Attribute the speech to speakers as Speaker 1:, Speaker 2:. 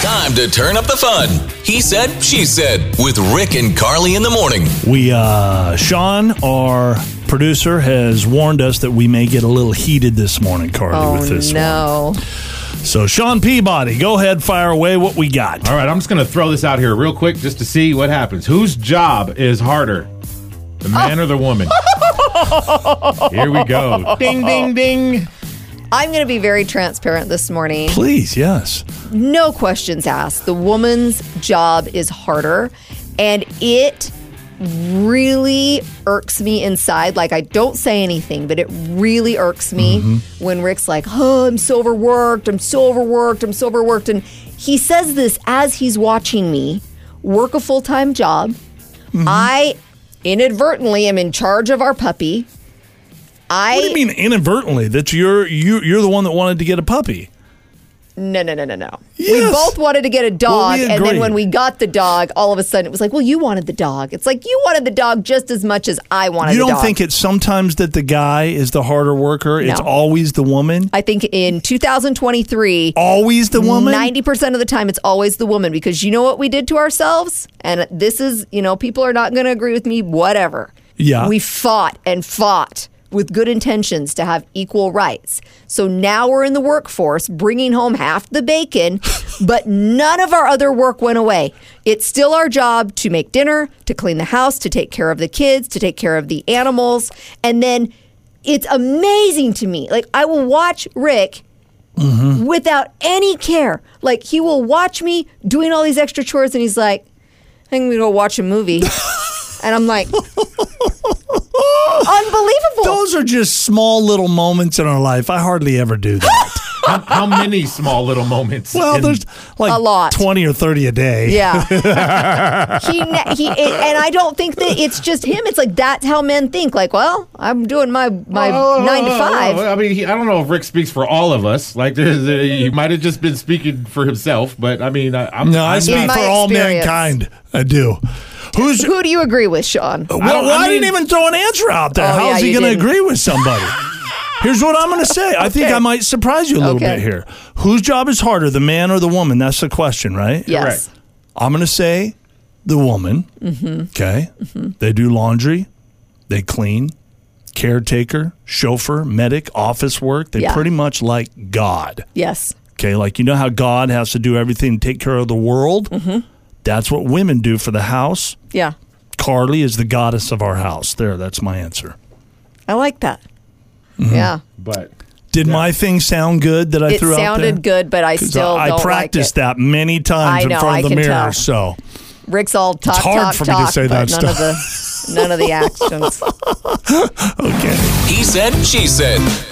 Speaker 1: Time to turn up the fun. He said, she said, with Rick and Carly in the morning.
Speaker 2: We, uh, Sean, our producer, has warned us that we may get a little heated this morning, Carly,
Speaker 3: Oh
Speaker 2: with this one.
Speaker 3: no!
Speaker 2: So, Sean Peabody, go ahead, fire away what we got.
Speaker 4: All right, I'm just going to throw this out here real quick just to see what happens. Whose job is harder, the man or the woman? here we go. Ding, ding, ding.
Speaker 3: I'm going to be very transparent this morning.
Speaker 2: Please, yes.
Speaker 3: No questions asked. The woman's job is harder, and it really irks me inside. Like I don't say anything, but it really irks me
Speaker 2: Mm-hmm.
Speaker 3: when Rick's like, "Oh, I'm so overworked. I'm so overworked. I'm so overworked," and he says this as he's watching me work a full time job.
Speaker 2: Mm-hmm.
Speaker 3: I inadvertently am in charge of our puppy. I
Speaker 2: What do you mean inadvertently that you're you, you're the one that wanted to get a puppy?
Speaker 3: No, no, no, no, no.
Speaker 2: Yes.
Speaker 3: We both wanted to get a dog,
Speaker 2: we
Speaker 3: and then
Speaker 2: agreed.
Speaker 3: when we got the dog, all of a sudden it was like, well, you wanted the dog. It's like you wanted the dog just as much as I wanted.
Speaker 2: you
Speaker 3: the
Speaker 2: don't
Speaker 3: dog.
Speaker 2: think it's sometimes that the guy is the harder worker? It's
Speaker 3: No.
Speaker 2: always the woman.
Speaker 3: I think in 2023,
Speaker 2: Always the woman.
Speaker 3: 90% of the time it's always the woman because you know what we did to ourselves, and this is you know people are not going to agree with me. Whatever.
Speaker 2: Yeah.
Speaker 3: We fought and fought with good intentions to have equal rights. So now we're in the workforce bringing home half the bacon, but none of our other work went away. It's still our job to make dinner, to clean the house, to take care of the kids, to take care of the animals. And then it's amazing to me. Like, I will watch Rick without any care. Like, he will watch me doing all these extra chores, and he's like, I'm going to go watch a movie. and I'm like, unbelievable.
Speaker 2: Those are just small little moments in our life. I hardly ever do that.
Speaker 4: How, how many small little moments?
Speaker 2: well,
Speaker 4: in-
Speaker 2: there's like
Speaker 3: A lot.
Speaker 2: 20 or 30 a day.
Speaker 3: yeah, he, ne- he and I don't think that it's just him. It's like that's how men think. Like, well, I'm doing my my
Speaker 4: Oh,
Speaker 3: nine to
Speaker 4: oh,
Speaker 3: five.
Speaker 4: oh, I mean, he, I don't know if Rick speaks for all of us. Like, there's, uh, he might have just been speaking for himself, but I mean, I, I'm
Speaker 2: No, I
Speaker 4: I'm
Speaker 2: speak
Speaker 3: my
Speaker 2: for all
Speaker 3: experience.
Speaker 2: mankind. I do. Who's
Speaker 3: Who do you agree with, Sean?
Speaker 2: well,
Speaker 4: I
Speaker 2: I,
Speaker 4: mean-
Speaker 2: didn't even throw an answer out there.
Speaker 3: Oh,
Speaker 2: How
Speaker 3: yeah,
Speaker 2: is he
Speaker 3: you
Speaker 2: going to
Speaker 3: didn't.
Speaker 2: agree with somebody? Here's what I'm going to say. I think
Speaker 3: Okay.
Speaker 2: I might surprise you a little
Speaker 3: Okay.
Speaker 2: bit here. Whose job is harder, the man or the woman? That's the question, right?
Speaker 3: yes.
Speaker 2: I'm going to say the woman.
Speaker 3: Mm-hmm.
Speaker 2: Okay. They do laundry, they clean, caretaker, chauffeur, medic, office work. They
Speaker 3: Yeah.
Speaker 2: pretty much like God.
Speaker 3: Yes.
Speaker 2: Okay, like you know how God has to do everything to take care of the world? Mm-hmm. That's what women do for the house.
Speaker 3: Yeah.
Speaker 2: Carly is the goddess of our house. There, that's my answer.
Speaker 3: I like that. Yeah.
Speaker 4: But
Speaker 2: Did my thing sound good that Mm-hmm. I
Speaker 3: It
Speaker 2: threw out
Speaker 3: sounded
Speaker 2: there?
Speaker 3: good, but I
Speaker 2: 'Cause
Speaker 3: still
Speaker 2: I,
Speaker 3: don't
Speaker 2: practiced
Speaker 3: like
Speaker 2: that many times
Speaker 3: I
Speaker 2: in
Speaker 3: know,
Speaker 2: front
Speaker 3: I
Speaker 2: of the
Speaker 3: can
Speaker 2: mirror,
Speaker 3: tell.
Speaker 2: so
Speaker 3: it. Rick's all talk,
Speaker 2: hard
Speaker 3: talk,
Speaker 2: for me to
Speaker 3: talk,
Speaker 2: say
Speaker 3: but
Speaker 2: that
Speaker 3: none of the none of the actions.
Speaker 2: okay.
Speaker 1: He said, she said.